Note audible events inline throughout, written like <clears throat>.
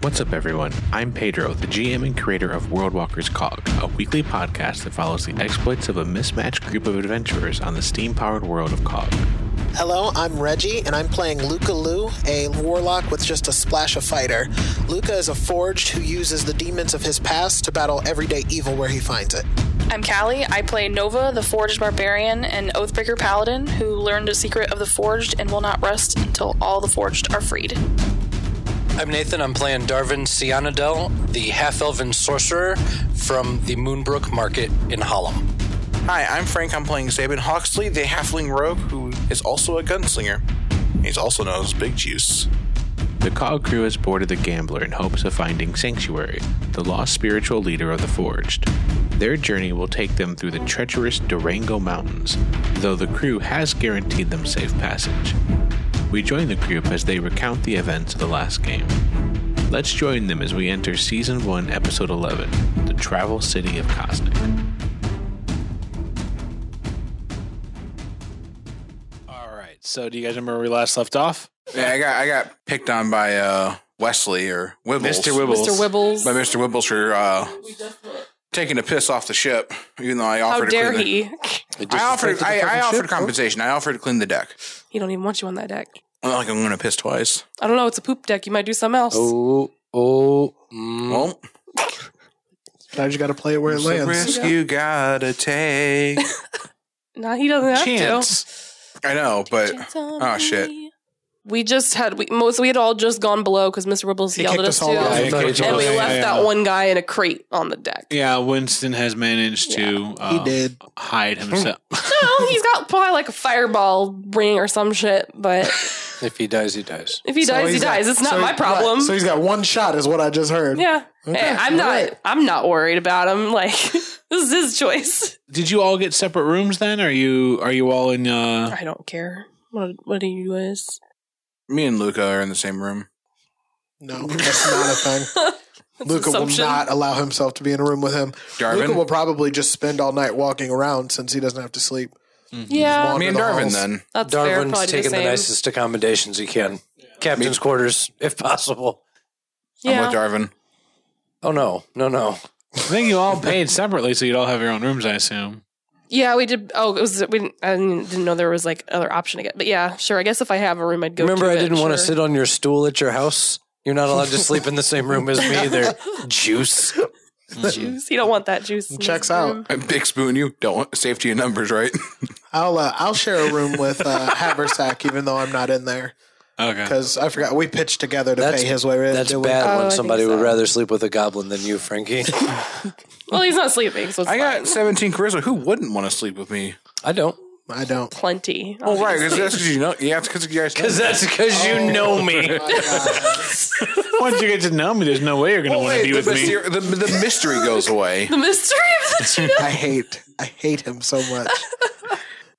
What's up, everyone? I'm Pedro, the GM and creator of World Walkers Cog, a weekly podcast that follows the exploits of a mismatched group of adventurers on the steam powered world of Cog. Hello, I'm Reggie, and I'm playing Luca Lu, a warlock with just a splash of fighter. Luca is a forged who uses the demons of his past to battle everyday evil where he finds it. I'm Callie. I play Nova, the Forged Barbarian, and Oathbreaker Paladin, who learned a secret of the Forged and will not rest until all the Forged are freed. I'm Nathan. I'm playing Darvin Cianadel, the half elven sorcerer from the Moonbrook Market in Hallam. Hi, I'm Frank. I'm playing Sabin Hawksley, the halfling rogue who is also a gunslinger. He's also known as Big Juice. The Cog crew has boarded the Gambler in hopes of finding Sanctuary, the lost spiritual leader of the Forged. Their journey will take them through the treacherous Durango Mountains, though the crew has guaranteed them safe passage. We join the group as they recount the events of the last game. Let's join them as we enter Season 1, Episode 11 The Travel City of Cosmic. All right, so do you guys remember where we last left off? Yeah, I got I got picked on by uh, Wesley or Wibbles. Mr. Wibbles. Mr. Wibbles. By Mr. Wibbles for uh, taking a piss off the ship, even though I How offered to dare clean the- he? <laughs> I offered affected the I, I fucking offered ship, bro. compensation. I offered to clean the deck. he don't even want you on that deck. I'm not like I'm gonna piss twice. I don't know. It's a poop deck. You might do something else. Oh, oh, mm. Well, I just got to play it where it it's a risk you gotta <laughs> take. Nah, he doesn't have I know, to. but Chance on oh, shit. me. We just had we most we had all just gone below because Mr. Ribbles yelled at us too, off. and Yeah, he kicked we us off. left that one guy in a crate on the deck. Yeah, Winston has managed to uh, He did. hide himself. <laughs> No, he's got probably like a fireball ring or some shit. <laughs> But If he dies, he dies. if he dies, he he's got- dies. It's not so my he- problem. So he's got one shot, is what I just heard. yeah, Okay, Hey, I'm not. alright. I'm not worried about him. <laughs> Like this is his choice. Did you all get separate rooms then? Are you are you all in uh I don't care. What what do you guys? Me and Luca are in the same room. No, that's not a thing. <laughs> That's Luca will assumption. not allow himself to be in a room with him. Luca Darvin. will probably just spend all night walking around since he doesn't have to sleep. Yeah, Wander Me and the Darvin halls. then. that's fair. Darwin's Probably do taking the, same. nicest accommodations he can. Captain's quarters, if possible. I'm Yeah. with Darvin. Oh, no. No, no. I think you all paid separately, so you'd all have your own rooms, I assume. Yeah, we did. Oh, it was we didn't. I didn't didn't know there was like other option again. But yeah, sure. I guess if I have a room, I'd go. Remember, to I it, didn't want to sure. sit on your stool at your house? You're not <laughs> allowed to sleep in the same room as me either. Juice. juice. You don't want that juice. in Checks this out. room. I <laughs> Big spoon you. Don't want safety in numbers, right? I'll uh, I'll share a room with uh, <laughs> Haversack, even though I'm not in there Okay. because I forgot we pitched together to That's- pay his way. We didn't That's do it. bad Oh, I when think somebody would so. rather sleep with a goblin than you, <laughs> Frankie. Well, he's not sleeping, so it's I fine. got 17 charisma. Who wouldn't want to sleep with me? I don't. I don't. plenty. Oh, right. Cause that's because you know. Yeah, it's because you guys. know. Because that's because you know me. Once you get to know me, there's no way you're gonna Oh, want to wait, be the, with me. myster- the, the mystery goes away. The mystery of the tuna. I hate I hate him so <laughs> much.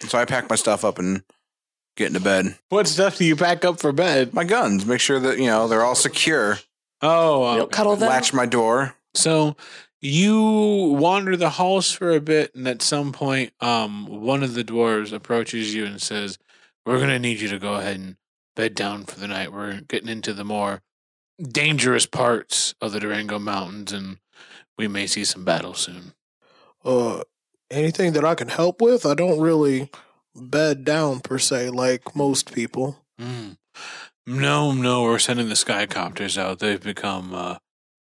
So I pack my stuff up and get into bed. What stuff do you pack up for bed? My guns, make sure that, you know, they're all secure. Oh, You uh, don't cuddle them. Latch my door. so you wander the halls for a bit, and at some point, um, one of the dwarves approaches you and says, "We're gonna need you to go ahead and bed down for the night. We're getting into the more dangerous parts of the Durango Mountains, and we may see some battle soon." Uh, anything that I can help with? I don't really bed down per se like most people. Mm. No, no, we're sending the skycopters out. They've become uh,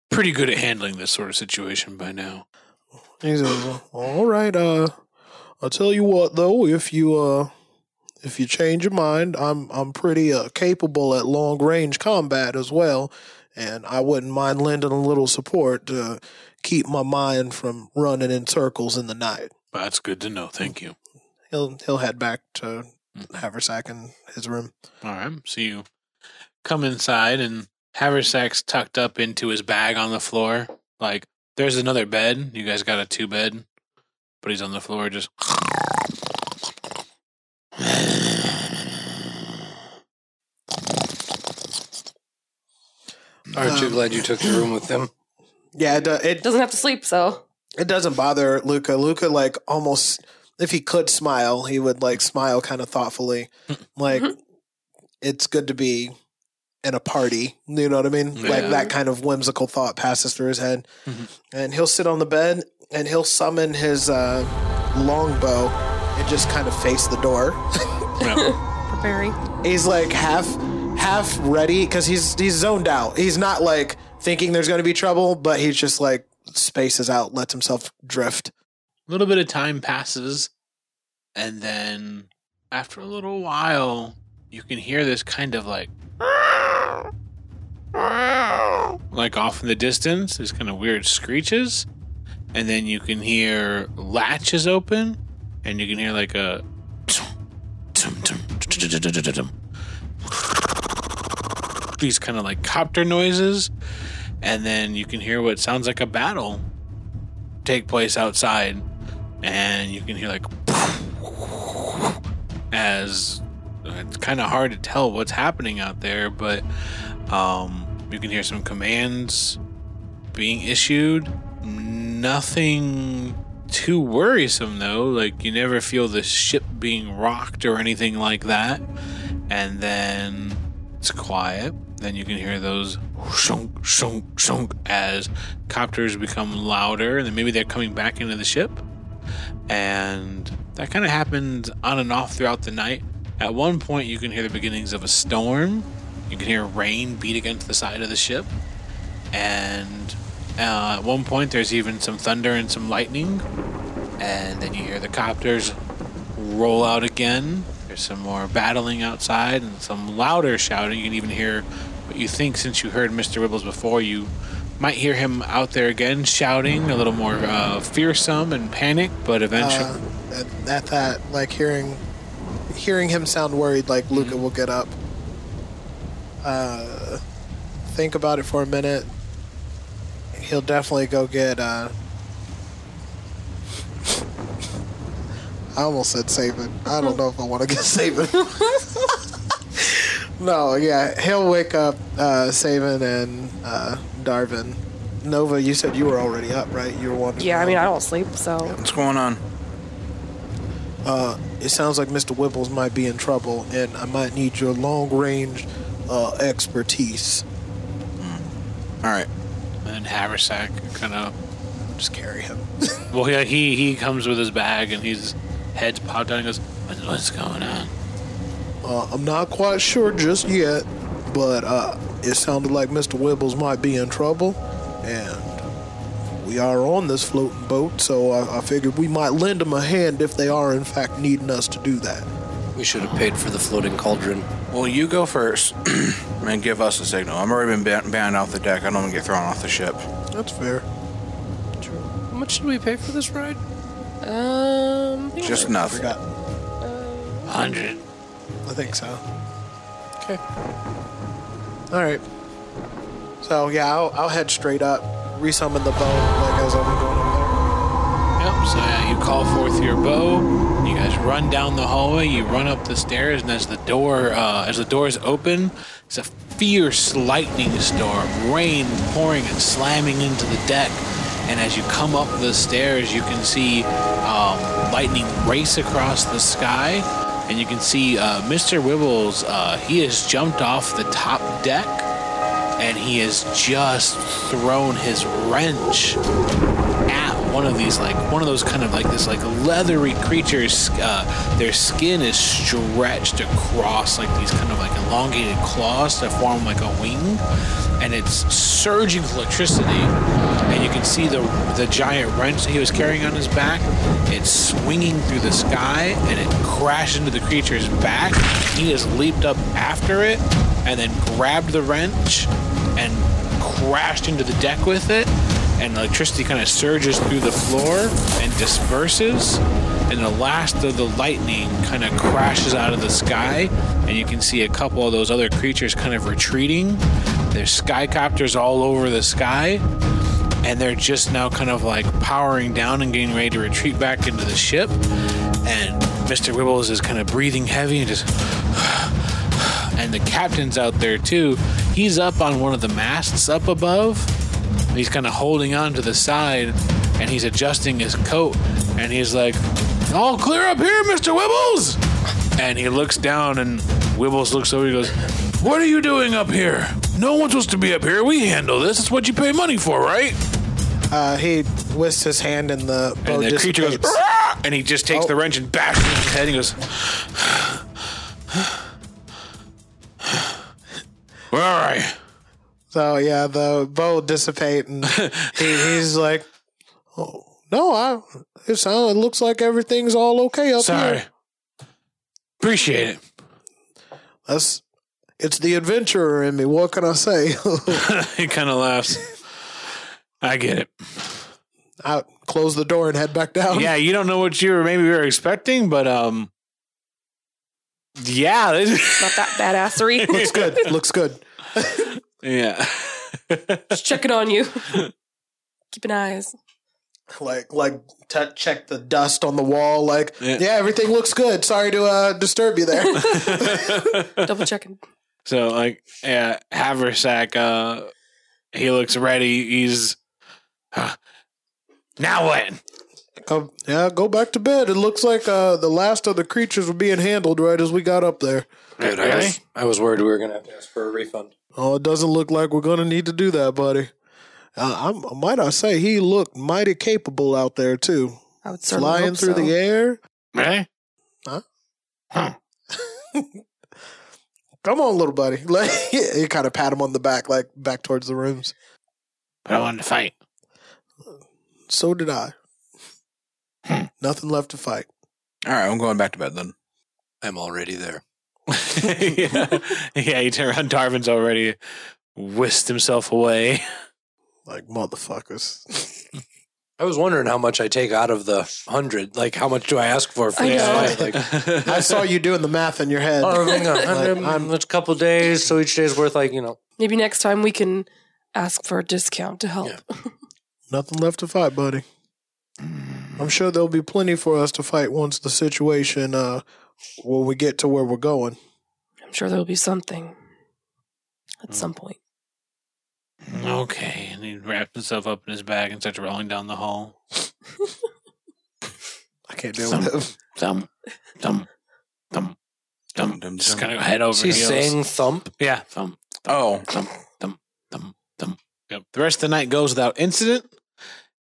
pretty good at handling this sort of situation by now. He says, "All right. Uh, I'll tell you what though. If you uh, if you change your mind, I'm I'm pretty uh, capable at long range combat as well, and I wouldn't mind lending a little support to keep my mind from running in circles in the night." That's good to know. Thank you. He'll he'll head back to Haversack in his room. All right. So you come inside, and Haversack's tucked up into his bag on the floor. Like, there's another bed. You guys got a two bed, but he's on the floor just. Aren't you Um, glad you took the room with them? Yeah, it, do- it Doesn't have to sleep, so it doesn't bother Luca. Luca like almost if he could smile, he would like smile kind of thoughtfully. Like it's good to be and a party. You know what I mean? Like Yeah. that kind of whimsical thought passes through his head. And he'll sit on the bed and he'll summon his uh, longbow and just kind of face the door. <laughs> Yeah. Preparing. he's like half half ready because he's he's zoned out. He's not like thinking there's going to be trouble, but he's just like spaces out, lets himself drift. A little bit of time passes, and then after a little while, you can hear this kind of like, like off in the distance, this kind of weird screeches, and then you can hear latches open, and you can hear like a, these kind of like copter noises, and then you can hear what sounds like a battle take place outside, and you can hear like as uh, it's kind of hard to tell what's happening out there, but um, you can hear some commands being issued. Nothing too worrisome though. Like you never feel the ship being rocked or anything like that. And then it's quiet. Then you can hear those shunk, shunk, shunk as copters become louder, and then maybe they're coming back into the ship. And that kind of happens on and off throughout the night. At one point, you can hear the beginnings of a storm. You can hear rain beat against the side of the ship. And uh, at one point, there's even some thunder and some lightning. And then you hear the copters roll out again. There's some more battling outside and some louder shouting. You can even hear what you think since you heard Mr. Wibbles before. You might hear him out there again shouting, a little more uh, fearsome and panic, but eventually. Uh, at, at that, like hearing hearing him sound worried, like Luca Mm-hmm. will get up. Uh, think about it for a minute. He'll definitely go get. Uh, I almost said Saban. I don't know if I want to get Saban. <laughs> no, yeah, he'll wake up uh, Saban and uh, Darvin. Nova, you said you were already up, right? You were wondering. Yeah, I mean, I don't sleep, so What's going on? It sounds like Mr. Wibbles might be in trouble, and I might need your long range uh, expertise. All right. and Haversack kind of Just carry him. Well, yeah, he he comes with his bag and he's heads popped down. and goes, "What- "What's going on?" Uh, I'm not quite sure just yet, but uh, it sounded like Mr. Wibbles might be in trouble, and we are on this floating boat, so I, I figured we might lend them a hand if they are, in fact, needing us to do that. <laughs> We should have paid for the floating cauldron. Well, you go first <clears throat> and give us a signal. I'm already been ban- banned off the deck. I don't want to get thrown off the ship. That's fair. How much did we pay for this ride? um, yeah. Just enough. Forgot. Hundred. I think so. Okay. All right. So yeah, I'll, I'll head straight up, resummon the boat like as I'm going up there. Yep. So yeah, you call forth your bow. You guys run down the hallway. You run up the stairs, and as the door uh, as the doors open, it's a fierce lightning storm, rain pouring and slamming into the deck. And as you come up the stairs, you can see um, lightning race across the sky, and you can see uh, Mr. Wibbles. Uh, he has jumped off the top deck. and he has just thrown his wrench at one of these like one of those kind of like this like leathery creatures uh, their skin is stretched across like these kind of like elongated claws to form like a wing and it's surging with electricity and you can see the the giant wrench that he was carrying on his back it's swinging through the sky and it crashed into the creature's back he has leaped up after it and then grabbed the wrench and crashed into the deck with it and electricity kind of surges through the floor and disperses and the last of the lightning kind of crashes out of the sky and you can see a couple of those other creatures kind of retreating there's skycopters all over the sky and they're just now kind of like powering down and getting ready to retreat back into the ship and mr wibbles is kind of breathing heavy and just and the captain's out there too. He's up on one of the masts up above. He's kind of holding on to the side and he's adjusting his coat and he's like, All clear up here, Mr. Wibbles! And he looks down and Wibbles looks over and goes, What are you doing up here? No one's supposed to be up here. We handle this. It's what you pay money for, right? Uh, he whisks his hand and the bow and the creature goes, dissipates. "Rah!" and he just takes the wrench and bashes it in his head. And he goes, "All right, So yeah, the bow <laughs> dissipate, and he, he's like, "Oh, no, I. It sounds. It looks like everything's all okay up Sorry. here. Appreciate it. That's. It's the adventurer in me. What can I say? <laughs> <laughs> he kind of laughs. I get it. I close the door and head back down. yeah, you don't know what you were maybe were expecting, but um, yeah, this- <laughs> Not that badassery. <laughs> looks good. Looks good. yeah." <laughs> Just checking on you. Keeping eyes. Like like t- check the dust on the wall. Like Yeah. yeah, everything looks good. Sorry to uh, disturb you there. <laughs> Double checking. So like yeah, Haversack uh he looks ready. He's "Huh. now what? Go, yeah, go back to bed. It looks like uh, the last of the creatures were being handled right as we got up there. Dude, I, was, I was worried we were going to have to ask for a refund. Oh, it doesn't look like we're gonna need to do that, buddy. Uh, I'm, might I say, he looked mighty capable out there too, I would certainly flying hope through so. the air. Really? Come on, little buddy. <laughs> Like he kind of pat him on the back, like back towards the rooms. But I wanted to fight. So did I. Hmm. Nothing left to fight. All right, I'm going back to bed then. I'm already there. <laughs> yeah. yeah, he turned around Darvin's already whisked himself away. Like motherfuckers. <laughs> I was wondering how much I take out of the hundred. Like, how much do I ask for for I this know. fight? <laughs> Like, I saw you doing the math in your head. oh, hang on. <laughs> Like, I'm, it's a couple days, so each day's worth like you know. Maybe next time we can ask for a discount to help. Nothing left to fight, buddy. I'm sure there'll be plenty for us to fight once the situation uh when we get to where we're going. I'm sure there'll be something at some point. Okay, and he wraps himself up in his bag and starts rolling down the hall. I can't deal with <laughs> it. Thump, thump, thump, thump. Dum, Just dum. kind of head over Is he heels. saying thump? Yeah, thump, Oh, thump, thump, thump, thump. Yep. The rest of the night goes without incident.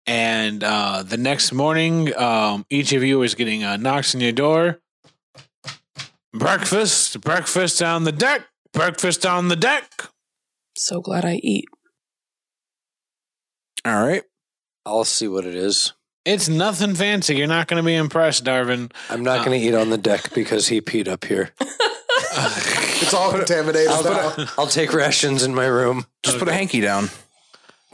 And uh, the next morning, um, each of you is getting uh, knocks on your door. Breakfast, breakfast on the deck, breakfast on the deck. So glad I eat. all right. I'll see what it is. It's nothing fancy. You're not going to be impressed, Darvin. I'm not going to eat on the deck because he peed up here. It's all contaminated. now. <laughs> I'll take rations in my room. <laughs> Just put a hanky down.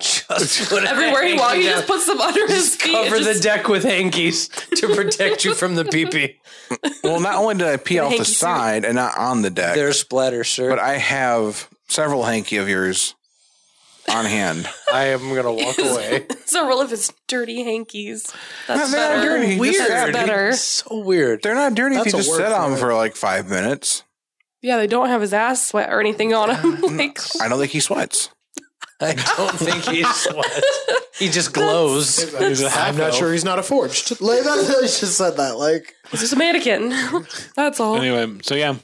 Just put Everywhere you walk, you just put some under his feet. cover It the just- deck with hankies to protect you from the pee pee. <laughs> Well, not only did I pee off hanky the suit. side and not on the <laughs> deck, They're splatter, sir. but I have several hanky of yours on hand. I am gonna walk <laughs> away. It's a roll of his dirty hankies. That's No, <laughs> they're not dirty. better. Just That's dirty. better. so weird. They're not dirty That's if you a just word sit for on it. for like five minutes. Yeah, they don't have his ass sweat or anything on him. <laughs> like, I don't think he sweats. I don't think <laughs> he sweats. He just glows. I'm not sure he's not a forged. <laughs> Like that, I just said that. Like it's just a mannequin. <laughs> That's all. Anyway, so yeah.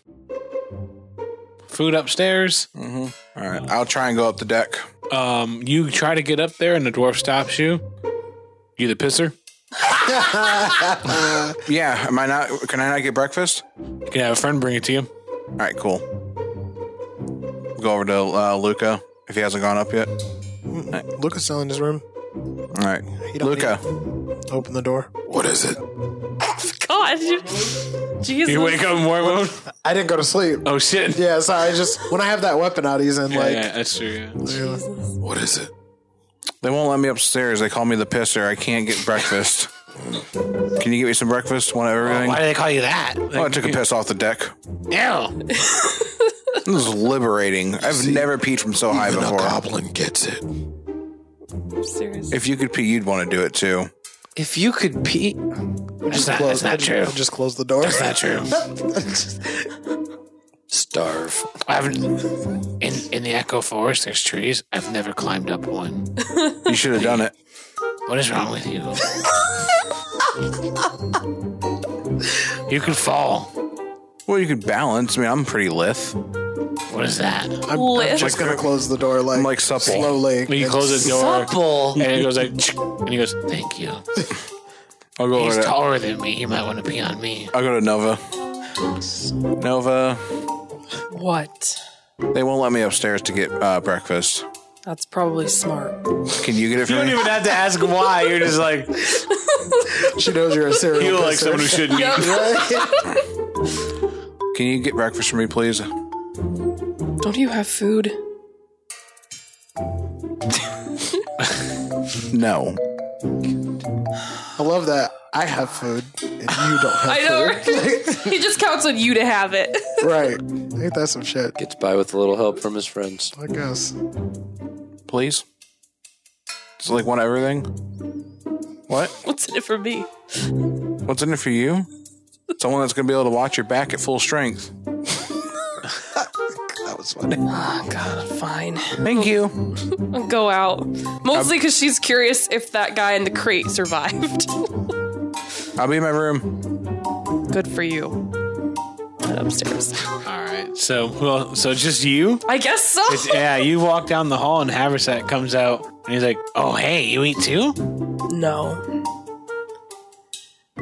Food upstairs. All right, I'll try and go up the deck. Um, you try to get up there, and the dwarf stops you. You the pisser? Yeah, am I not? Can I not get breakfast? You can have a friend bring it to you. All right, cool. Go over to uh, Luca if he hasn't gone up yet. Luca's still in his room. All right, don't Luca. Open the door. What is it? God, you- Jesus. You wake up in war mode. I didn't go to sleep. Oh shit! Yeah, so I just when I have that weapon out, he's in like yeah, that's true. Yeah. Jesus. What is it? They won't let me upstairs. They call me the pisser. I can't get breakfast. Can you get me some breakfast? Want everything? Why do they call you that? Oh, I took a piss off the deck. Ew. This is liberating. I've never peed from so high before. goblin gets it. Serious. If you could pee, you'd want to do it too. If you could pee, That's not, that's not true. just close the door. That's not true. starve. I haven't. In in the Echo Forest, there's trees. I've never climbed up one. You should have done it. What is wrong with you? you could fall. Well, you could balance. I mean, I'm pretty lithe. What is that? I'm, I'm Lift. <laughs> just gonna close the door like, I'm, like, supple. slowly. When you close the door, Supple. and it goes like, and he goes, "Thank you." I'll go He's over to, taller than me. He might want to pee on me. I'll go to Nova. Nova, What? they won't let me upstairs to get uh, breakfast. That's probably smart. Can you get it for You don't me? even have to ask why. You're just <laughs> like She knows you're a serial you like pisser. someone who shouldn't eat. <laughs> Can you get breakfast for me, please? Don't you have food? No. I love that. I have food and you don't have <laughs> I know. food. <laughs> Right? he just counts on you to have it. Right. Ain't that some shit? Gets by with a little help from his friends. I guess. Please? It's like one everything? What? What's in it for me? What's in it for you? Someone that's going to be able to watch your back at full strength. That was funny. Oh, God, fine. Thank you. <laughs> I'll go out. Mostly because she's curious if that guy in the crate survived. I'll be in my room. Good for you. Head upstairs. All right. So well, so just you. I guess so. It's, yeah, you walk down the hall and Haversack comes out and he's like, "Oh, hey, you eat too?" No.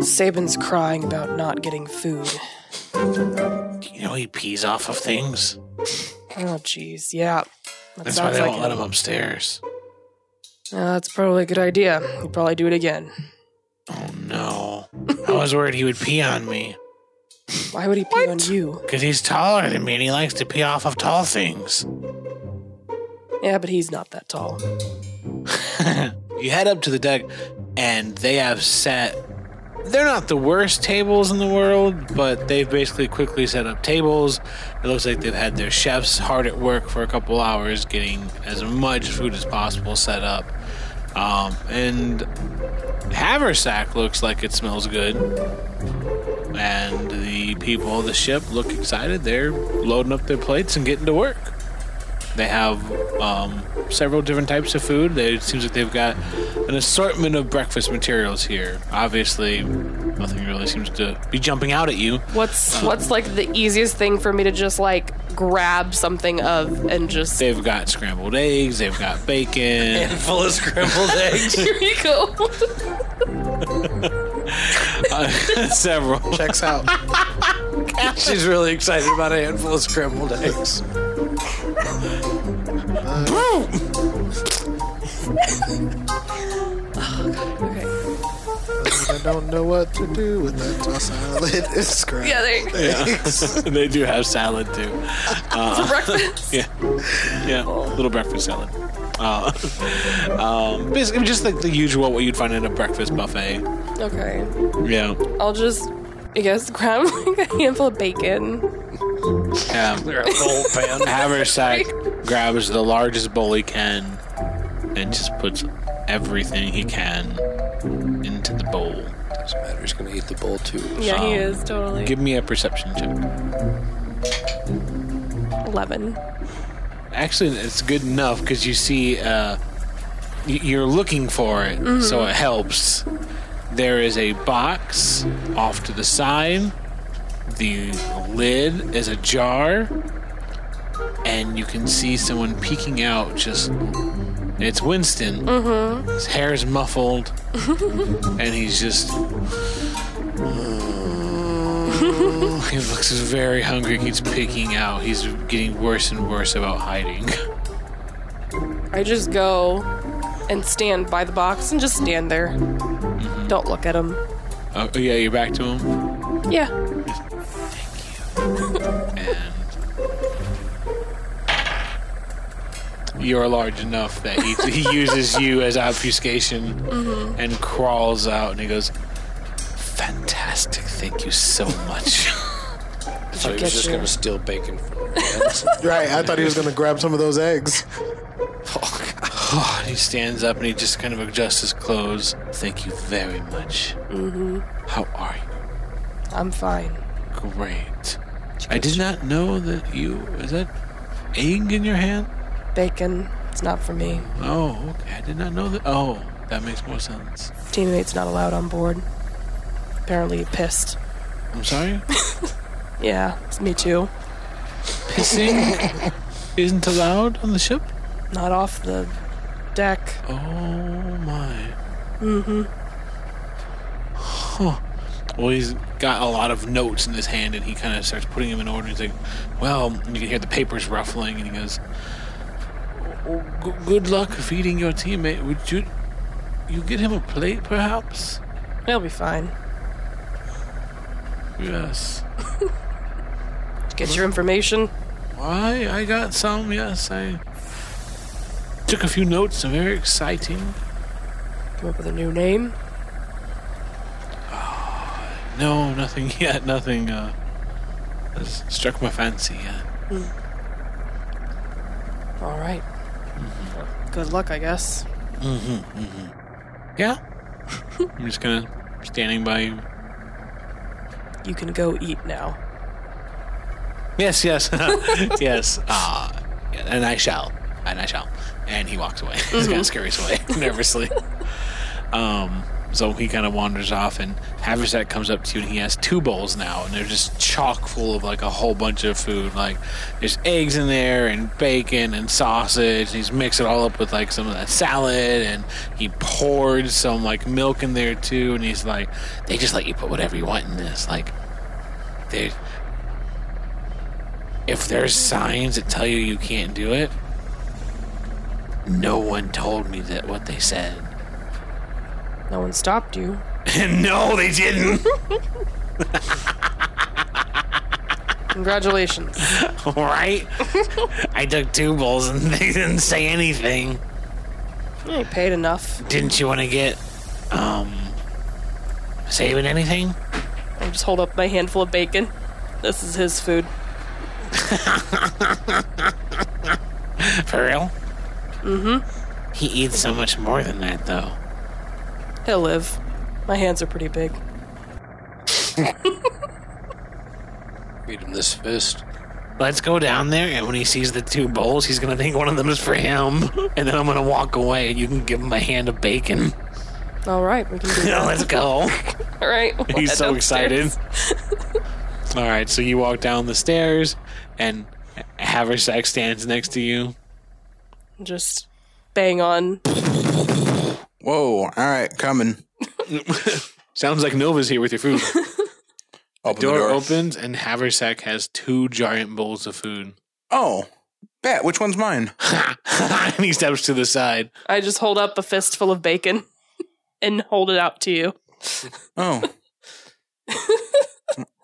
Sabin's crying about not getting food. You know he pees off of things. Oh, jeez. Yeah. That That's why sounds they like won't let him upstairs. Yeah, that's probably a good idea. He'd probably do it again. Oh no! I was worried he would pee on me Why would he pee on you? because he's taller than me and he likes to pee off of tall things. Yeah, but he's not that tall. you head up to the deck and they have set they're not the worst tables in the world but they've basically quickly set up tables it looks like they've had their chefs hard at work for a couple hours getting as much food as possible set up um, and haversack looks like it smells good and the people of the ship look excited they're loading up their plates and getting to work they have um, several different types of food. They, it seems like they've got an assortment of breakfast materials here. Obviously, nothing really seems to be jumping out at you. What's what's like the easiest thing for me to just like grab something of and just They've got scrambled eggs. They've got bacon. <laughs> Full of scrambled eggs. <laughs> here you <laughs> go. Uh, several. Checks <laughs> out. She's really excited about a handful of scrambled eggs. I don't know what to do with that toss salad. <laughs> It's great. yeah, there. <laughs> they do have salad <laughs> too. Uh, <laughs> breakfast. Yeah, yeah, little breakfast salad. Uh, <laughs> um, basically, just like the usual what you'd find in a breakfast buffet. Okay. Yeah, I'll just, I guess, grab <laughs> like a handful of bacon. yeah. <laughs> Haversack grabs the largest bowl he can and just puts everything he can into the bowl. Doesn't matter. He's gonna eat the bowl too. Yeah, he Um, is totally. Give me a perception check. 11. Actually, it's good enough because you see, uh, y- you're looking for it, so it helps. There is a box off to the side. The lid is ajar, and you can see someone peeking out. Just it's Winston. Mm-hmm. His hair's muffled, and he's just. He looks very hungry. He's picking out. He's getting worse and worse about hiding. I just go and stand by the box and just stand there. Don't look at him. Oh yeah, you're back to him. Yeah. And you're large enough that he, he uses you as obfuscation and crawls out and he goes, Fantastic. Thank you so much. So he was just gonna steal bacon from her hands. Right. I thought he was gonna grab some of those eggs. Oh, And he stands up and he just kind of adjusts his clothes. Thank you very much. Mm-hmm. How are you? I'm fine. Great. I did not know that you. Is that egg in your hand? Bacon, it's not for me. Oh, okay. I did not know that. Oh, that makes more sense. Teammate's not allowed on board. Apparently he pissed. I'm sorry? Yeah, it's me too. Pissing isn't allowed on the ship? Not off the deck. Oh my. Mm-hmm. Huh. Well, he's got a lot of notes in his hand, and he kind of starts putting them in order. He's like, "Well," and you can hear the papers ruffling, and he goes, "Well, g- "Good luck feeding your teammate. Would you, you get him a plate, perhaps?" He'll be fine. Yes. <laughs> Get your information. Why? I got some. Yes, I took a few notes. They're very exciting. Come up with a new name. <sighs> No, nothing <laughs> yet. Nothing uh, has struck my fancy yet. All right. Good luck, I guess. Mm-hmm. mm-hmm. Yeah. <laughs> I'm just kind of standing by you. You can go eat <laughs> now. Yes, yes, <laughs> yes. Uh, and I shall, and I shall. And he walks away. <laughs> He kind of scurries away <laughs> nervously. um, so he kind of wanders off, and Haversack comes up to you, and he has two bowls now, and they're just chock full of like a whole bunch of food. Like there's eggs in there, and bacon, and sausage. And he's mixed it all up with like some of that salad, and he poured some like milk in there too. And he's like, they just let you put whatever you want in this. Like they if there's signs that tell you you can't do it, no one told me that what they said. <laughs> No one stopped you. no, they didn't. <laughs> Congratulations. right? I took two bowls and <laughs> they didn't say anything. Yeah, you paid enough. Didn't you want to get um saving anything? <laughs> I just hold up my handful of bacon. This is his food. For real? Mm-hmm. He eats so much more than that though. He'll live. My hands are pretty big. Feed him this fist. Let's go down there, and when he sees the two bowls, he's gonna think one of them is for him, <laughs> and then I'm gonna walk away, and you can give him a hand of bacon. All right, we can do <laughs> that. Let's go. All right. we'll He's head so upstairs. excited. <laughs> All right, so you walk down the stairs, and Haversack stands next to you. Just bang on. Whoa! All right, coming. Sounds like Nova's here with your <laughs> food. Open door, opens, and Haversack has two giant bowls of food. <laughs> Oh, bet. Which one's mine? and he steps to the side. I just hold up a fistful of bacon <laughs> and hold it out to you. Oh. <laughs>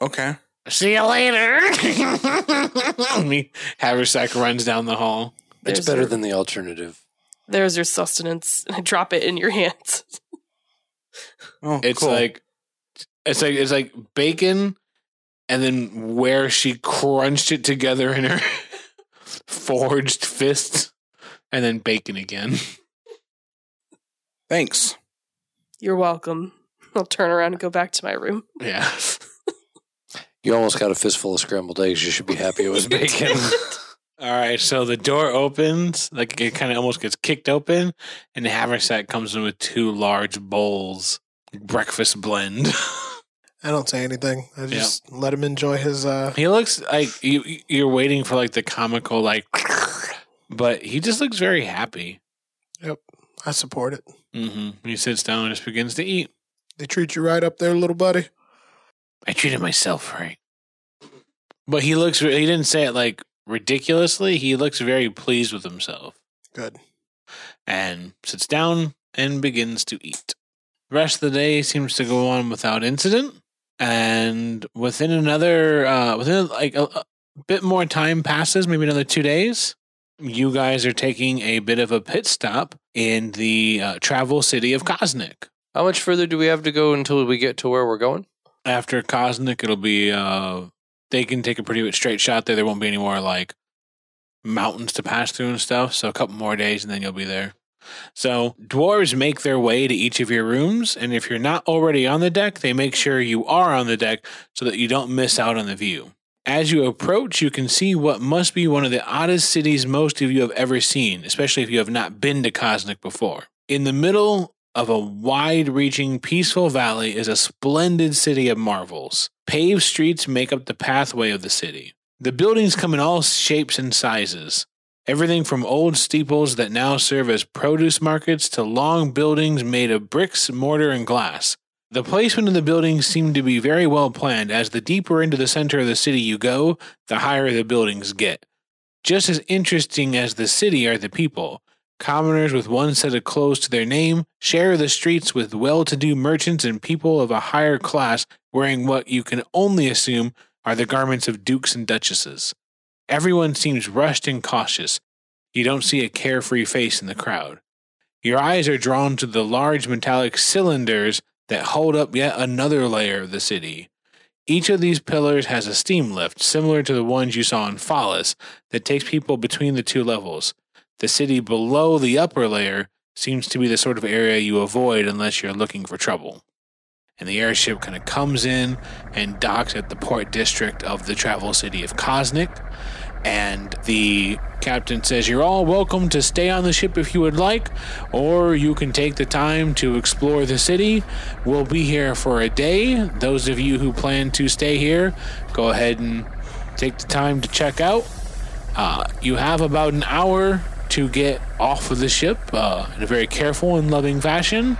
okay. See you later. <laughs> and he, Haversack runs down the hall. It's better than the alternative. There's your sustenance. <laughs> And I drop it in your hands. Oh, It's cool. like it's like it's like bacon and then where she crunched it together in her <laughs> forged fists and then bacon again. <laughs> thanks. You're welcome. I'll turn around and go back to my room. Yeah. You almost got a fistful of scrambled eggs. You should be happy it <laughs> was bacon. <laughs> All right, so the door opens, like it kind of almost gets kicked open, and the haversack comes in with two large bowls, breakfast blend. <laughs> I don't say anything. I just let him enjoy his. uh He looks like you, you're waiting for like the comical like, <laughs> but he just looks very happy. I support it. hmm He sits down and just begins to eat. They treat you right up there, little buddy. I treated myself right. But he looks, he didn't say it like ridiculously. He looks very pleased with himself Good. and sits down and begins to eat. The rest of the day seems to go on without incident. And within another, uh, within like a, a bit more time passes, maybe another two days, you guys are taking a bit of a pit stop in the uh, travel city of Cosnick. How much further do we have to go until we get to where we're going? after Cosmic, it'll be uh they can take a pretty good straight shot there. There won't be any more like mountains to pass through and stuff. So a couple more days and then you'll be there. So dwarves make their way to each of your rooms, and if you're not already on the deck, they make sure you are on the deck so that you don't miss out on the view. As you approach, you can see what must be one of the oddest cities most of you have ever seen, especially if you have not been to Cosmic before. In the middle of a wide reaching, peaceful valley is a splendid city of marvels. Paved streets make up the pathway of the city. The buildings come in all shapes and sizes. Everything from old steeples that now serve as produce markets to long buildings made of bricks, mortar, and glass. The placement of the buildings seem to be very well planned, as the deeper into the center of the city you go, the higher the buildings get. Just as interesting as the city are the people. Commoners with one set of clothes to their name share the streets with well to do merchants and people of a higher class wearing what you can only assume are the garments of dukes and duchesses. Everyone seems rushed and cautious. You don't see a carefree face in the crowd. Your eyes are drawn to the large metallic cylinders that hold up yet another layer of the city. Each of these pillars has a steam lift, similar to the ones you saw in Follis, that takes people between the two levels. The city below the upper layer seems to be the sort of area you avoid unless you're looking for trouble. And the airship kind of comes in and docks at the port district of the travel city of Cosnic. And the captain says, You're all welcome to stay on the ship if you would like, or you can take the time to explore the city. We'll be here for a day. Those of you who plan to stay here, go ahead and take the time to check out. Uh, you have about an hour to get off of the ship uh, in a very careful and loving fashion.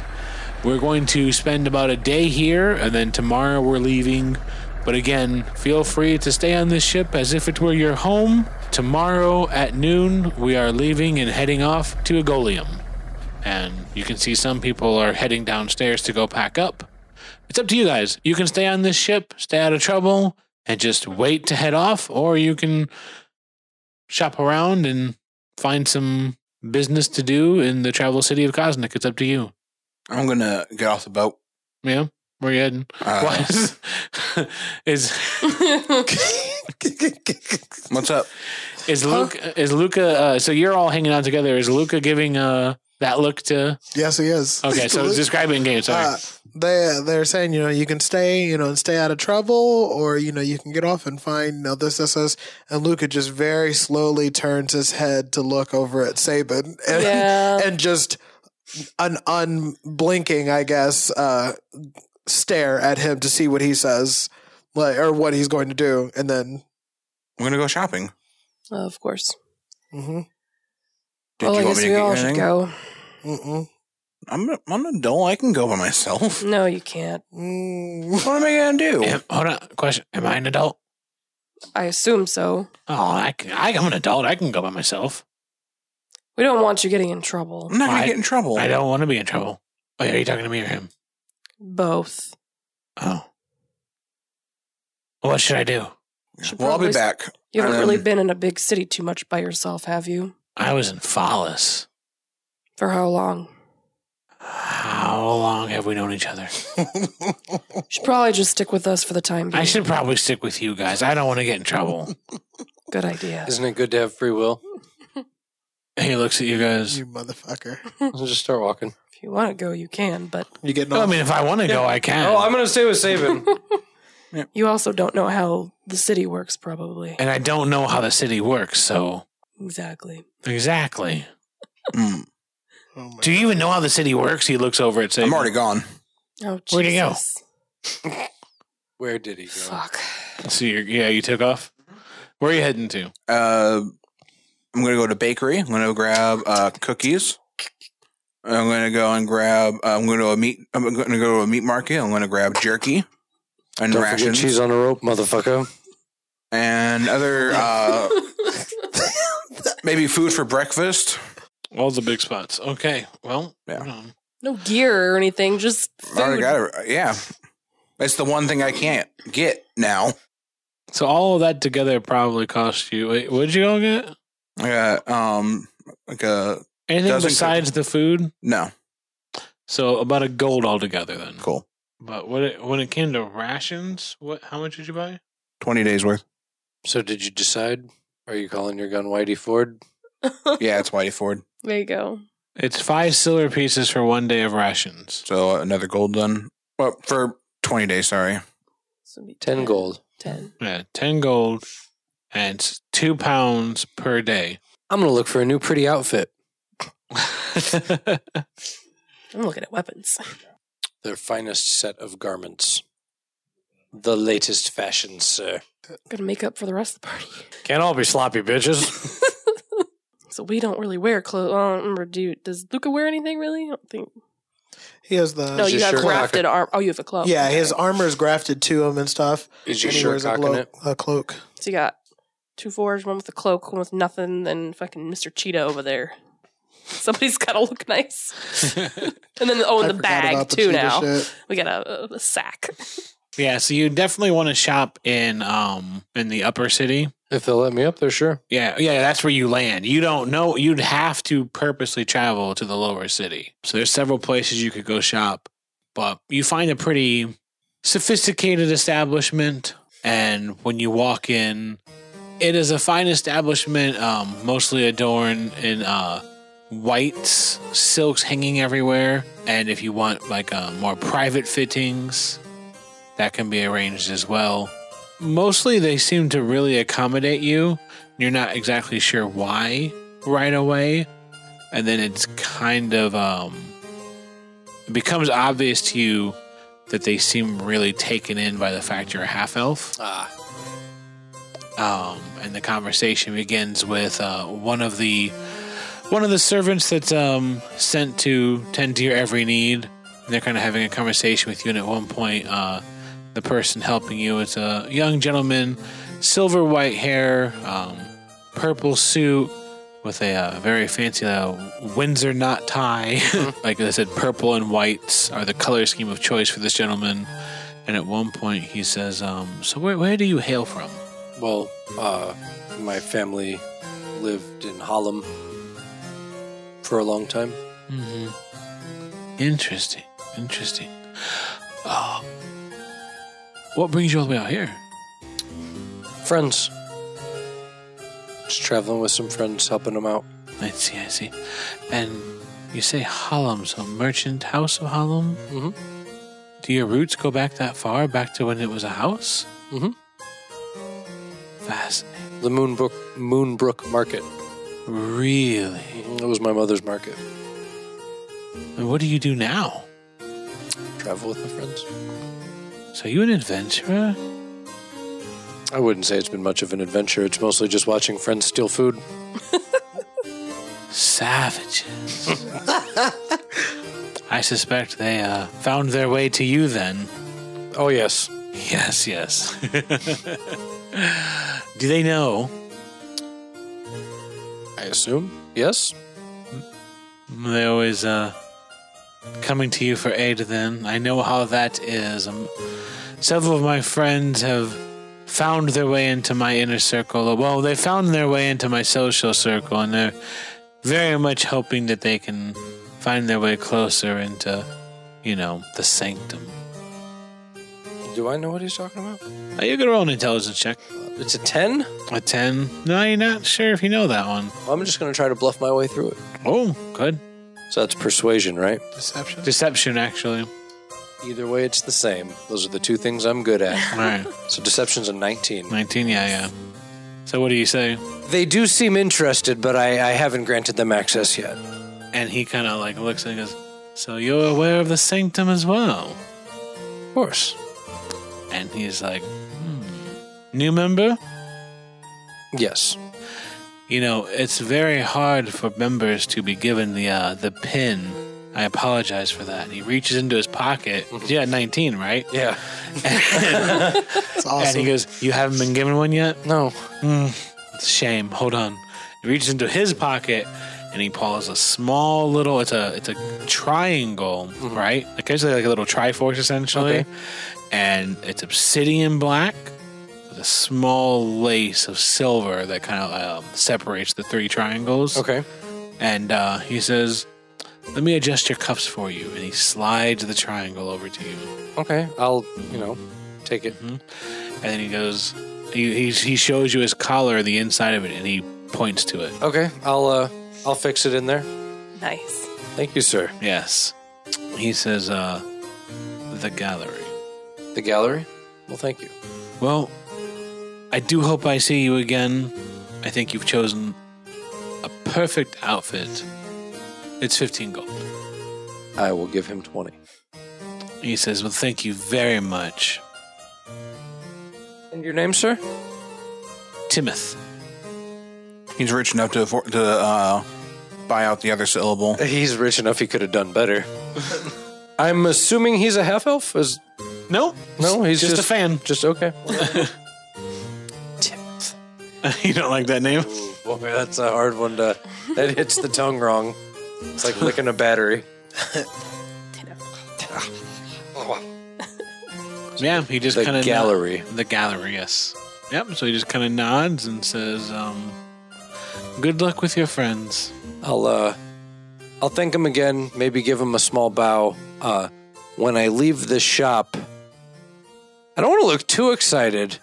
We're going to spend about a day here, and then tomorrow we're leaving. But again, feel free to stay on this ship as if it were your home. Tomorrow at noon, we are leaving and heading off to Egolium. And you can see some people are heading downstairs to go pack up. It's up to you guys. You can stay on this ship, stay out of trouble, and just wait to head off, or you can shop around and find some business to do in the travel city of Cosmic. It's up to you. I'm gonna get off the boat. Yeah, where you heading? Uh, Why is, <laughs> is What's up? is Luke is Luca? Uh, so you're all hanging out together. Is Luca giving uh, that look to? <laughs> Yes, he is. Okay, so describe it in game. Sorry. <laughs> Uh, they they're saying you know you can stay you know and stay out of trouble or you know you can get off and find you know, this this this and Luca just very slowly turns his head to look over at Saban and Yeah. <laughs> and just an unblinking I guess uh, stare at him to see what he says like or what he's going to do and then I'm gonna go shopping. Of course. Mhm. Did well, you I want guess me to we get you all should anything? go. mm-mm. I'm a, I'm an adult. I can go by myself. No, you can't. Mm. <laughs> What am I gonna do? Am- hold on. Question: Am I an adult? I assume so. Oh, I, can- I I'm an adult. I can go by myself. We don't want you getting in trouble. I'm not gonna I- get in trouble. I don't want to be in trouble. Wait, are you talking to me or him? Both. Oh. What should I do? Should Well, I'll be probably- back. You haven't really Um, been in a big city too much by yourself, have you? I was in Follis. For how long? How long have we known each other? You should probably just stick with us for the time being. I should probably stick with you guys. I don't want to get in trouble. Good idea. Isn't it good to have free will? <laughs> he looks at you guys. you motherfucker I'll just start walking. If you want to go, you can, but you getting Well, I off mean, if I want to go, I can. Oh, I'm gonna stay with Saban. you also don't know how the city works, probably. and I don't know how the city works, so Exactly. exactly. Mm, Oh my Do you even know how the city works? He looks over at Saban. I'm already gone. Oh, Where'd he go? Jesus. Where did he go? Fuck. So you're, yeah, you took off. Where are you heading to? Uh, I'm gonna go to bakery. I'm gonna grab uh, cookies. I'm gonna go and grab. uh, I'm gonna go a meat. I'm gonna go to a meat market. I'm gonna grab jerky Don't and forget rations cheese on a rope, motherfucker. and <laughs> other uh, maybe food for breakfast. All the big spots. Okay. Well, Yeah. um, No gear or anything, just I food. already got it. Uh, Yeah, it's the one thing I can't get now. so all of that together probably cost you. Wait, what did you all get? Yeah. Um. Like a Anything Dozen besides the food? no. So about a gold altogether then. Cool. But when it, when it came to rations, what? How much did you buy? Twenty days worth. So did you decide? Are you calling your gun Whitey Ford? Yeah, it's Whitey Ford. There you go. It's five silver pieces for one day of rations. So uh, another gold done. Well, for twenty days. Sorry. So it'd be Ten gold. Ten. Yeah, ten gold, and it's two pounds per day. I'm gonna look for a new pretty outfit. I'm looking at weapons. <laughs> Their finest set of garments. The latest fashion, sir. Gotta make up for the rest of the party. <laughs> Can't all be sloppy <laughs> bitches. <laughs> So we don't really wear clothes. I don't remember. Do you, does Luca wear anything really? I don't think. He has the no, you have grafted arm. Oh, you have a cloak. Yeah, his armor's grafted to him and stuff. Is your and he shirt wears a cocking cloak, it? a cloak. So you got two forge, one with a cloak, one with nothing, and fucking Mr. Cheetah over there. <laughs> Somebody's gotta look nice. and then oh, I and the forgot bag about the too. cheetah Now <laughs> shit. we got a, a sack. <laughs> Yeah, so you definitely want to shop in um in the upper city. If they'll let me up there, sure. Yeah, yeah, that's where you land. You don't know you'd have to purposely travel to the lower city. So there's several places you could go shop, but you find a pretty sophisticated establishment and when you walk in, it is a fine establishment, um, mostly adorned in uh, whites, silks hanging everywhere, and if you want like uh, more private fittings, that can be arranged as well. Mostly, they seem to really accommodate you. You're not exactly sure why right away, and then it's kind of um, it becomes obvious to you that they seem really taken in by the fact you're a half elf. Ah. Um, and the conversation begins with uh, one of the one of the servants that's um, sent to tend to your every need. And they're kind of having a conversation with you, and at one point, uh, the person helping you is a young gentleman, silver white hair, um, purple suit with a uh, very fancy uh, Windsor knot tie. <laughs> like I said, purple and whites are the color scheme of choice for this gentleman. And at one point, he says, um, "So where, where do you hail from?" Well, uh, my family lived in Harlem for a long time. hmm Interesting. Interesting. Uh, what brings you all the way out here? Friends. Just traveling with some friends, helping them out. I see, I see. And you say Harlem, so Merchant House of Harlem? Mm-hmm. Do your roots go back that far, back to when it was a house? Mm-hmm. Fascinating. The Moonbrook Moonbrook Market. Really? It was my mother's market. And what do you do now? Travel with my friends. So you an adventurer? I wouldn't say it's been much of an adventure. It's mostly just watching friends steal food. Savages. <laughs> I suspect they uh, found their way to you then. Oh, yes. Yes, yes. <laughs> Do they know? I assume. Yes. They always uh, coming to you for aid. Then I know how that is. Um, several of my friends have found their way into my inner circle. Well, they found their way into my social circle, and they're very much hoping that they can find their way closer into, you know, the sanctum. Do I know what he's talking about? Are you gonna roll an intelligence check? It's a ten. A ten? No, you're not sure if you know that one. I'm just going to try to bluff my way through it. Oh, good. So that's persuasion, right? Deception. Deception, actually. Either way, it's the same. Those are the two things I'm good at. All right. So deception's a 19. 19, yeah, yeah. So what do you say? They do seem interested, but I, I haven't granted them access yet. And he kind of like looks and goes, So you're aware of the sanctum as well? Of course. And he's like, hmm. New member? Yes. You know, it's very hard for members to be given the uh, the pin. I apologize for that. And he reaches into his pocket. Yeah, 19, right? Yeah. That's awesome. And he goes, You haven't been given one yet? No. Mm, it's a shame. Hold on. He reaches into his pocket and he pulls a small little. It's a it's a triangle, right? Like basically like a little triforce essentially, and it's obsidian black with a small lace of silver that kind of um, separates the three triangles. Okay. And uh, he says, "Let me adjust your cuffs for you," and he slides the triangle over to you. Okay. I'll, you know, take it. And then he goes, he, he, he shows you his collar, the inside of it, and he points to it. Okay. I'll, uh, I'll fix it in there. Nice. Thank you, sir. Yes. He says, uh, the gallery. The gallery? Well, thank you. Well, I do hope I see you again. I think you've chosen a perfect outfit. It's 15 gold. I will give him 20. He says, well, thank you very much. And your name, sir? Timoth. He's rich enough to afford, to uh, buy out the other syllable. He's rich enough he could have done better. <laughs> I'm assuming he's a half elf. Is no, no, he's Just just, a fan. Just <laughs> okay. <laughs> you don't like that <laughs> name? Boy, that's a hard one to. That hits the tongue wrong. It's like licking a battery. Yeah, he just The kind of gallery. the gallery, yes. Yep. So he just kind of nods and says, um, "Good luck with your friends." I'll uh, I'll thank him again. Maybe give him a small bow. Uh, when I leave this shop, I don't want to look too excited,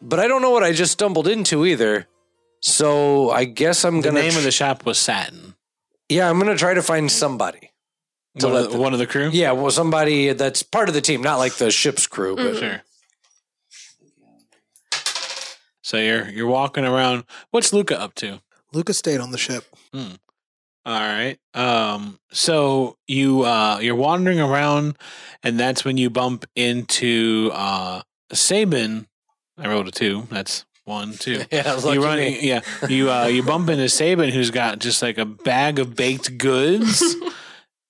but I don't know what I just stumbled into either. So I guess I'm The gonna. name tr- of the shop was Satin. yeah, I'm gonna try to find somebody. To One let of, the, one of the crew. Yeah, well, somebody that's part of the team, not like the ship's crew, but Sure. So you're you're walking around. What's Luca up to? Luca stayed on the ship. All right. Um so you uh you're wandering around and that's when you bump into uh Sabin. I rolled a 2. That's one, two. <laughs> Yeah, lucky you run me. yeah. You uh you bump into Sabin who's got just like a bag of <laughs> baked goods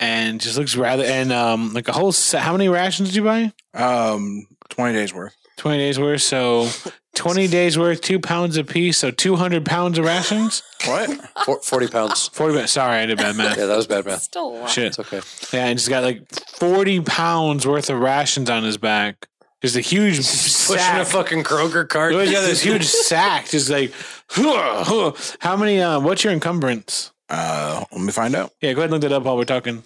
and just looks rather and um like a whole set. How many rations did you buy? Um, twenty days worth. 20 days worth, so <laughs> 20 days worth, 2 pounds a piece, so 200 pounds of rations. What? <laughs> Four- 40 pounds. 40 minutes. Sorry, I did bad <laughs> math. Yeah, that was bad math. Still a lot. It's Shit. okay. Yeah, and he's got like 40 pounds worth of rations on his back. There's a huge Pushing a sack. fucking Kroger cart. Oh, yeah, this huge sack. Just like, <laughs> huh, huh. how many, uh, what's your encumbrance? Uh, let me find out. Yeah, go ahead and look that up while <laughs> we're talking.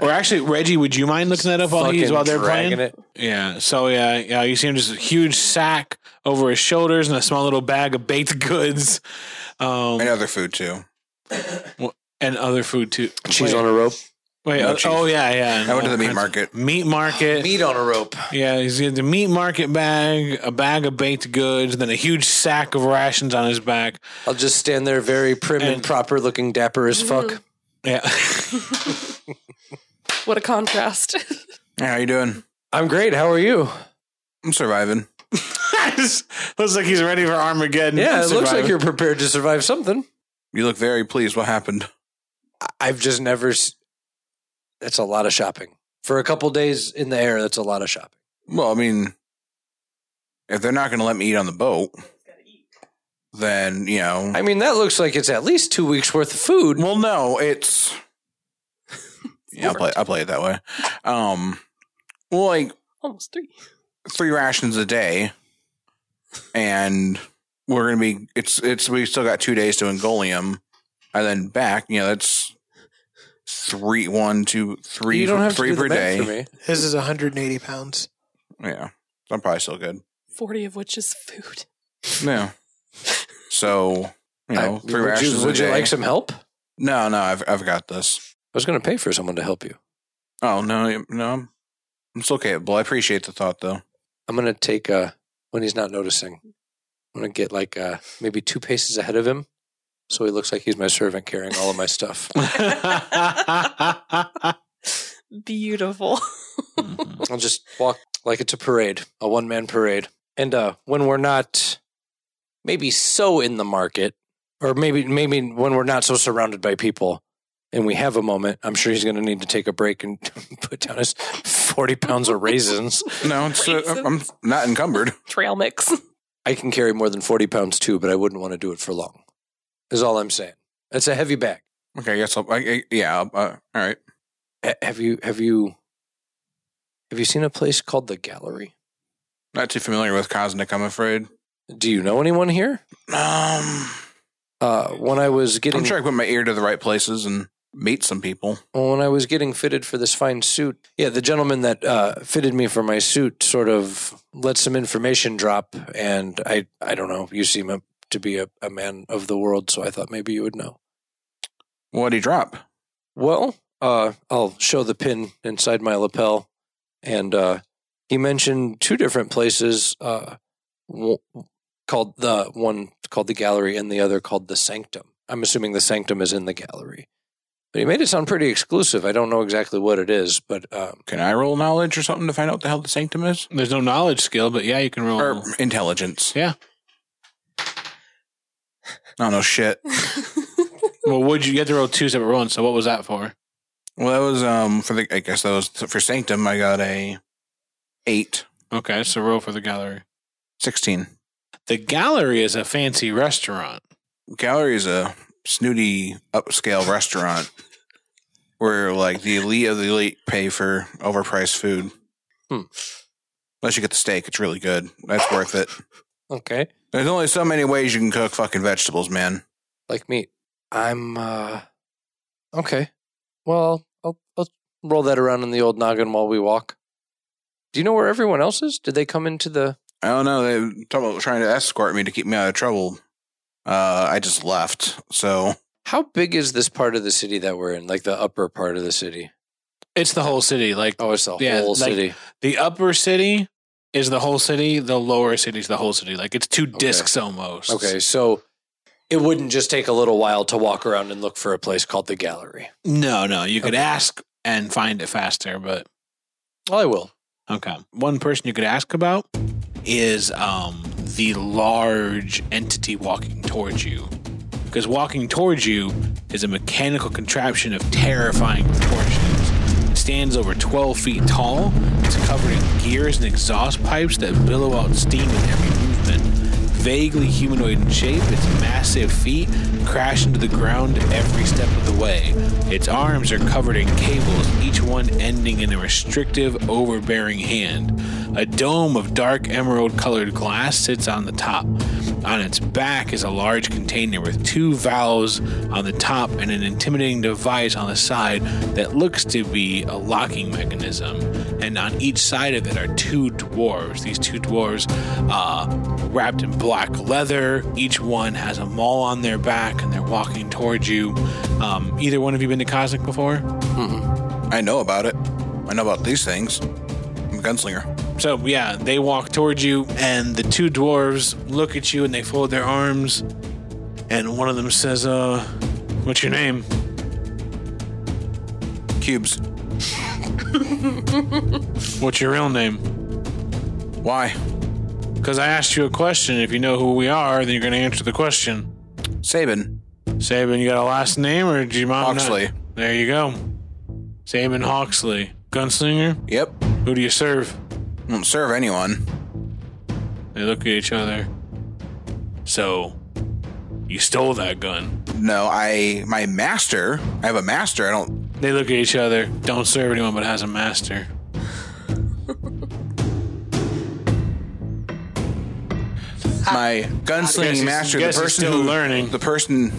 or actually, Reggie, would you mind looking that up while, he's, Fucking while they're dragging playing? it. Yeah, so yeah, yeah, you see him just a huge sack over his shoulders and a small little bag of baked goods um, And other food too. and other food too. Cheese Wait, on a rope. Wait, No uh, cheese. oh, yeah, yeah. and I went to all the meat kinds- market. Meat <gasps> market. Meat on a rope. Yeah, he's got the meat market bag, a bag of baked goods, then a huge sack of rations on his back. I'll just stand there very prim and, And- proper, looking dapper as fuck. Yeah. <laughs> What a contrast. <laughs> Hey, how you doing? I'm great. How are you? I'm surviving. looks like he's ready for Armageddon. Yeah, it looks like Survivor. you're prepared to survive something. You look very pleased. What happened? I've just never. S- that's a lot of shopping. For a couple days in the air, that's a lot of shopping. Well, I mean, if they're not going to let me eat on the boat, then you know. I mean, that looks like it's at least two weeks worth of food. well, no, <laughs> it's. yeah, I'll play. I'll play it that way. Um, well, like Almost three. three rations a day, and we're gonna be. It's it's we still got two days to Engolium, and then back. You know, that's three, one, two, three, you don't have three to do per the math day. for me. His is 180 pounds. Yeah, so I'm probably still good. 40 of which is food. Yeah. So you know, I- three would rations you, a would you day. like some help? I No, no, I've I've got this. was going to pay for someone to help you. Oh no, you- no, I'm, I'm still capable. I appreciate the thought though. I'm going to take uh when he's not noticing. I'm going to get like uh maybe two paces ahead of him, so he looks like he's my servant carrying all of my stuff. <laughs> Beautiful. <laughs> I'll just walk like it's a parade, a one man parade. And uh, when we're not maybe so in the market, or maybe maybe when we're not so surrounded by people, and we have a moment, I'm sure he's going to need to take a break and <laughs> put down his 40 pounds of raisins. No, it's, uh, I'm not encumbered. Trail mix. <laughs> I can carry more than 40 pounds too, but I wouldn't want to do it for long. Is all I'm saying. It's a heavy bag. Okay, I guess I'll. I, I- yeah, I'll, uh, all right. Ha- have you have you have you seen a place called the Gallery? Not too familiar with Cosmic, I'm afraid. Do you know anyone here? Um, Uh, when I was getting I'm sure I put my ear to the right places and meet some people. Well, when I was getting fitted for this fine suit, yeah, the gentleman that uh, fitted me for my suit sort of let some information drop, and I, I don't know. You seem a, to be a, a man of the world, so I thought maybe you would know. What'd he drop? Well, uh, I'll show the pin inside my lapel, and uh, he mentioned two different places, uh, w- called the one called the gallery, and the other called the sanctum. I'm assuming the sanctum is in the gallery. But you made it sound pretty exclusive. I don't know exactly what it is, but um, Can I roll knowledge or something to find out what the hell the sanctum is? There's no knowledge skill, but yeah, you can roll. Or intelligence. Yeah. I don't know shit. well, would you, you had to roll two separate rolls? So what was that for? Well, that was um for the. I guess that was for sanctum. I got a eight, Okay, so roll for the gallery. 16. The gallery is a fancy restaurant. Gallery is a snooty upscale restaurant where like the elite of the elite pay for overpriced food. Hmm. Unless you get the steak, it's really good. That's worth it. okay, There's only so many ways you can cook fucking vegetables, man. like meat. I'm uh, okay. Well, I'll, I'll roll that around in the old noggin while we walk. Do you know where everyone else is? Did they come into the? I don't know. They were talking about trying to escort me to keep me out of trouble. Uh, I just left. So How big is this part of the city that we're in? Like the upper part of the city? It's the whole city. Like Oh, it's the Yeah, whole like- city. the upper city is the whole city. The lower city is the whole city. Like it's two discs almost. Okay, so it wouldn't just take a little while to walk around and look for a place called the gallery. No, no, you could ask and find it faster, but Oh, Well, I will. okay. One person you could ask about is um the large entity walking towards you. Because walking towards you is a mechanical contraption of terrifying proportions. It stands over 12 feet tall. It's covered in gears and exhaust pipes that billow out steam in every movement. Vaguely humanoid in shape, its massive feet crash into the ground every step of the way. Its arms are covered in cables, each one ending in a restrictive, overbearing hand. A dome of dark emerald colored glass sits on the top. On its back is a large container with two valves on the top and an intimidating device on the side that looks to be a locking mechanism. And on each side of it are two dwarves. These two dwarves, uh, wrapped in black leather, each one has a maul on their back and they're walking towards you. Um, either one of you been to Cosmic before? I know about it. I know about these things. I'm a gunslinger. So yeah, they walk towards you, and the two dwarves look at you, and they fold their arms, and one of them says, "Uh, what's your name?" Cubes. What's your real name? Why? Because I asked you a question. If you know who we are, then you're going to answer the question. Saban. Saban, you got a last name, or did your mom? not- Oxley. There you go. Saban Hawksley, gunslinger. Yep. Who do you serve? I don't serve anyone. They look at each other. So, you stole that gun. No, I my master. I have a master. I don't. They look at each other. Don't serve anyone, but has a master. My Guess gunslinging he's- master, the guess he's person still who learning. the person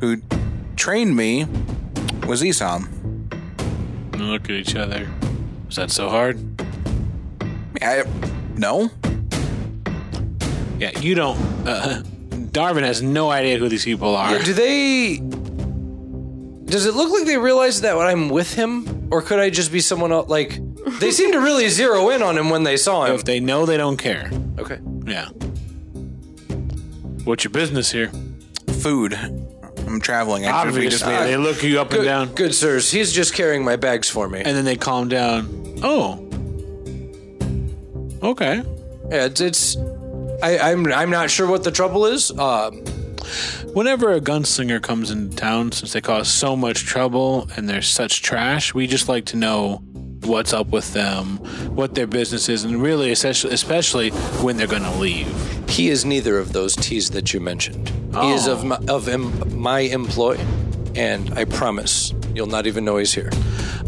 who trained me was Esam. And they look at each other. Is that so hard? I no. Yeah, you don't. Uh, <laughs> Darwin has no idea who these people are. Do they? Does it look like they realize that when I'm with him, or could I just be someone else? Like they seem to <laughs> really zero in on him when they saw him. If they know, they don't care. Okay. Yeah. What's your business here? Food. I'm traveling. I should be just- Obviously, they look you up and uh, Good, down, good sirs. He's just carrying my bags for me. and then they calm down. Oh. Okay. yeah, it's. it's I, I'm. I'm not sure what the trouble is. Um, Whenever a gunslinger comes into town, since they cause so much trouble and they're such trash, we just like to know what's up with them, what their business is, and really, especially, especially when they're going to leave. he is neither of those T's that you mentioned. He is Oh. of my, of em, my employ, and I promise you'll not even know he's here.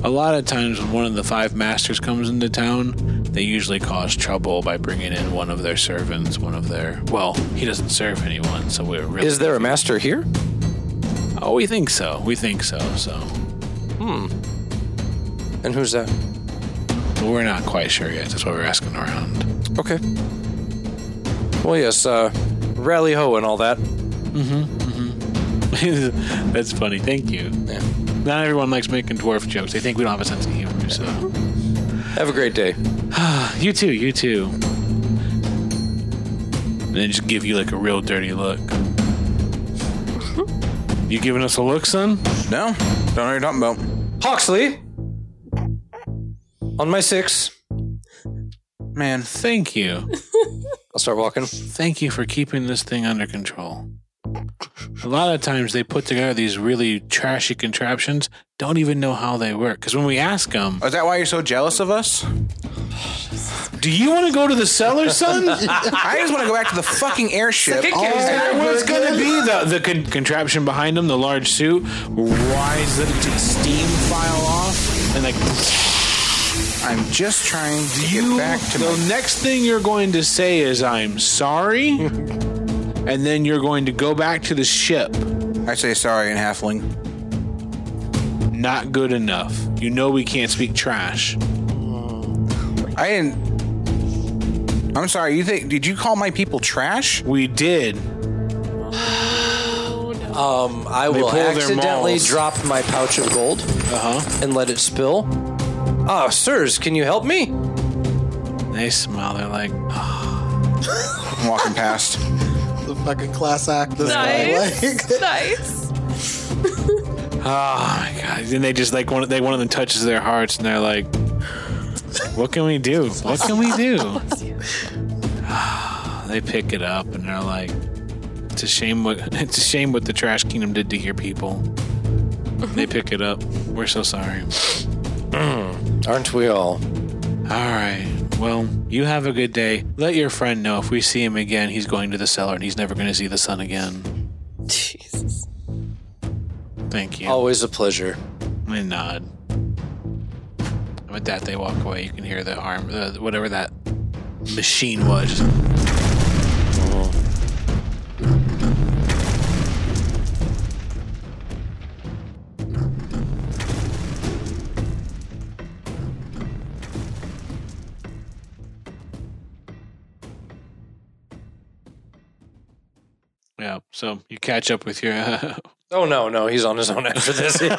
A lot of times when one of the five masters comes into town, they usually cause trouble by bringing in one of their servants, one of their. Well, he doesn't serve anyone, so we're really. Is there a master here? Oh, we think so. We think so. So And who's that? but we're not quite sure yet. That's why we're asking around. Okay. Well, yes, uh, rally ho and all that. <laughs> That's funny. Thank you. Yeah. Not everyone likes making dwarf jokes. They think we don't have a sense of humor. So Have a great day. you too. You too. And they just give you like a real dirty look. You giving us a look, son? no. Don't know what you're talking about. Hawksley. On my six. Man, thank you. I'll start walking. Thank you for keeping this thing under control. A lot of times they put together these really trashy contraptions, don't even know how they work. Because when we ask them, Is that why you're so jealous of us? Do you want to go to the cellar, son? I just want to go back to the fucking airship. Oh, Is that what it's going to be? Oh, The, the con- contraption behind him, the large suit, rise the steam file off, and like. I'm just trying to get back to The my. next thing you're going to say is, I'm sorry. and then you're going to go back to the ship. I say sorry in halfling. Not good enough. You know we can't speak trash. I didn't. I'm sorry. You think? Did you call my people trash? We did. Um, I They will pull their accidentally mauls. drop my pouch of gold uh-huh. and let it spill. Ah, sirs, can you help me? They smile. They're like, I'm walking past. The fucking class act. This Nice. guy. <laughs> Like, nice. oh my god. Then they just like one. They one of them touches their hearts, and they're like, What can we do? What can we do? <sighs> they pick it up, and they're like, It's a shame what <laughs> it's a shame what the trash kingdom did to your people. they pick it up. We're so sorry. Aren't we all? All right. Well, you have a good day. Let your friend know if we see him again, he's going to the cellar and he's never going to see the sun again. Jesus. Thank you. Always a pleasure. I nod. And with that, they walk away. You can hear the arm, uh, whatever that machine was. Yeah, so you catch up with your. <laughs> Oh no, no, he's on his own after <laughs> this. he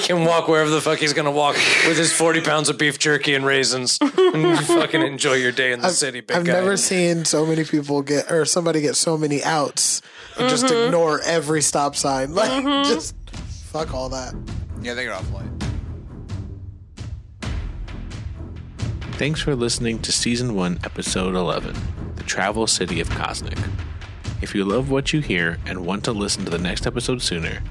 can walk wherever the fuck he's gonna walk with his forty pounds of beef jerky and raisins. And <laughs> fucking enjoy your day in the <laughs> city, big I've guy. never seen so many people get or somebody get so many outs and just Mm-hmm. ignore every stop sign. <laughs> Like just fuck all that. <laughs> Yeah, they got off light. Thanks for listening to Season 1, Episode 11 The Travel City of Cosmic. If you love what you hear and want to listen to the next episode sooner,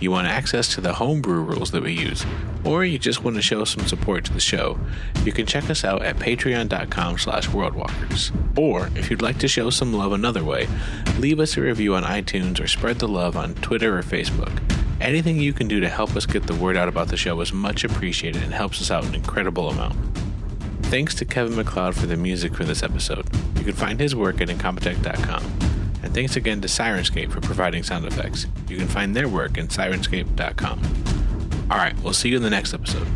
you want access to the homebrew rules that we use, or you just want to show some support to the show, you can check us out at patreon.com slash worldwalkers. Or if you'd like to show some love another way, leave us a review on iTunes or spread the love on Twitter or Facebook. Anything you can do to help us get the word out about the show is much appreciated and helps us out an incredible amount. Thanks to Kevin McLeod for the music for this episode. You can find his work at incompetech.com. And thanks again to Sirenscape for providing sound effects. You can find their work in sirenscape.com. All right, we'll see you in the next episode.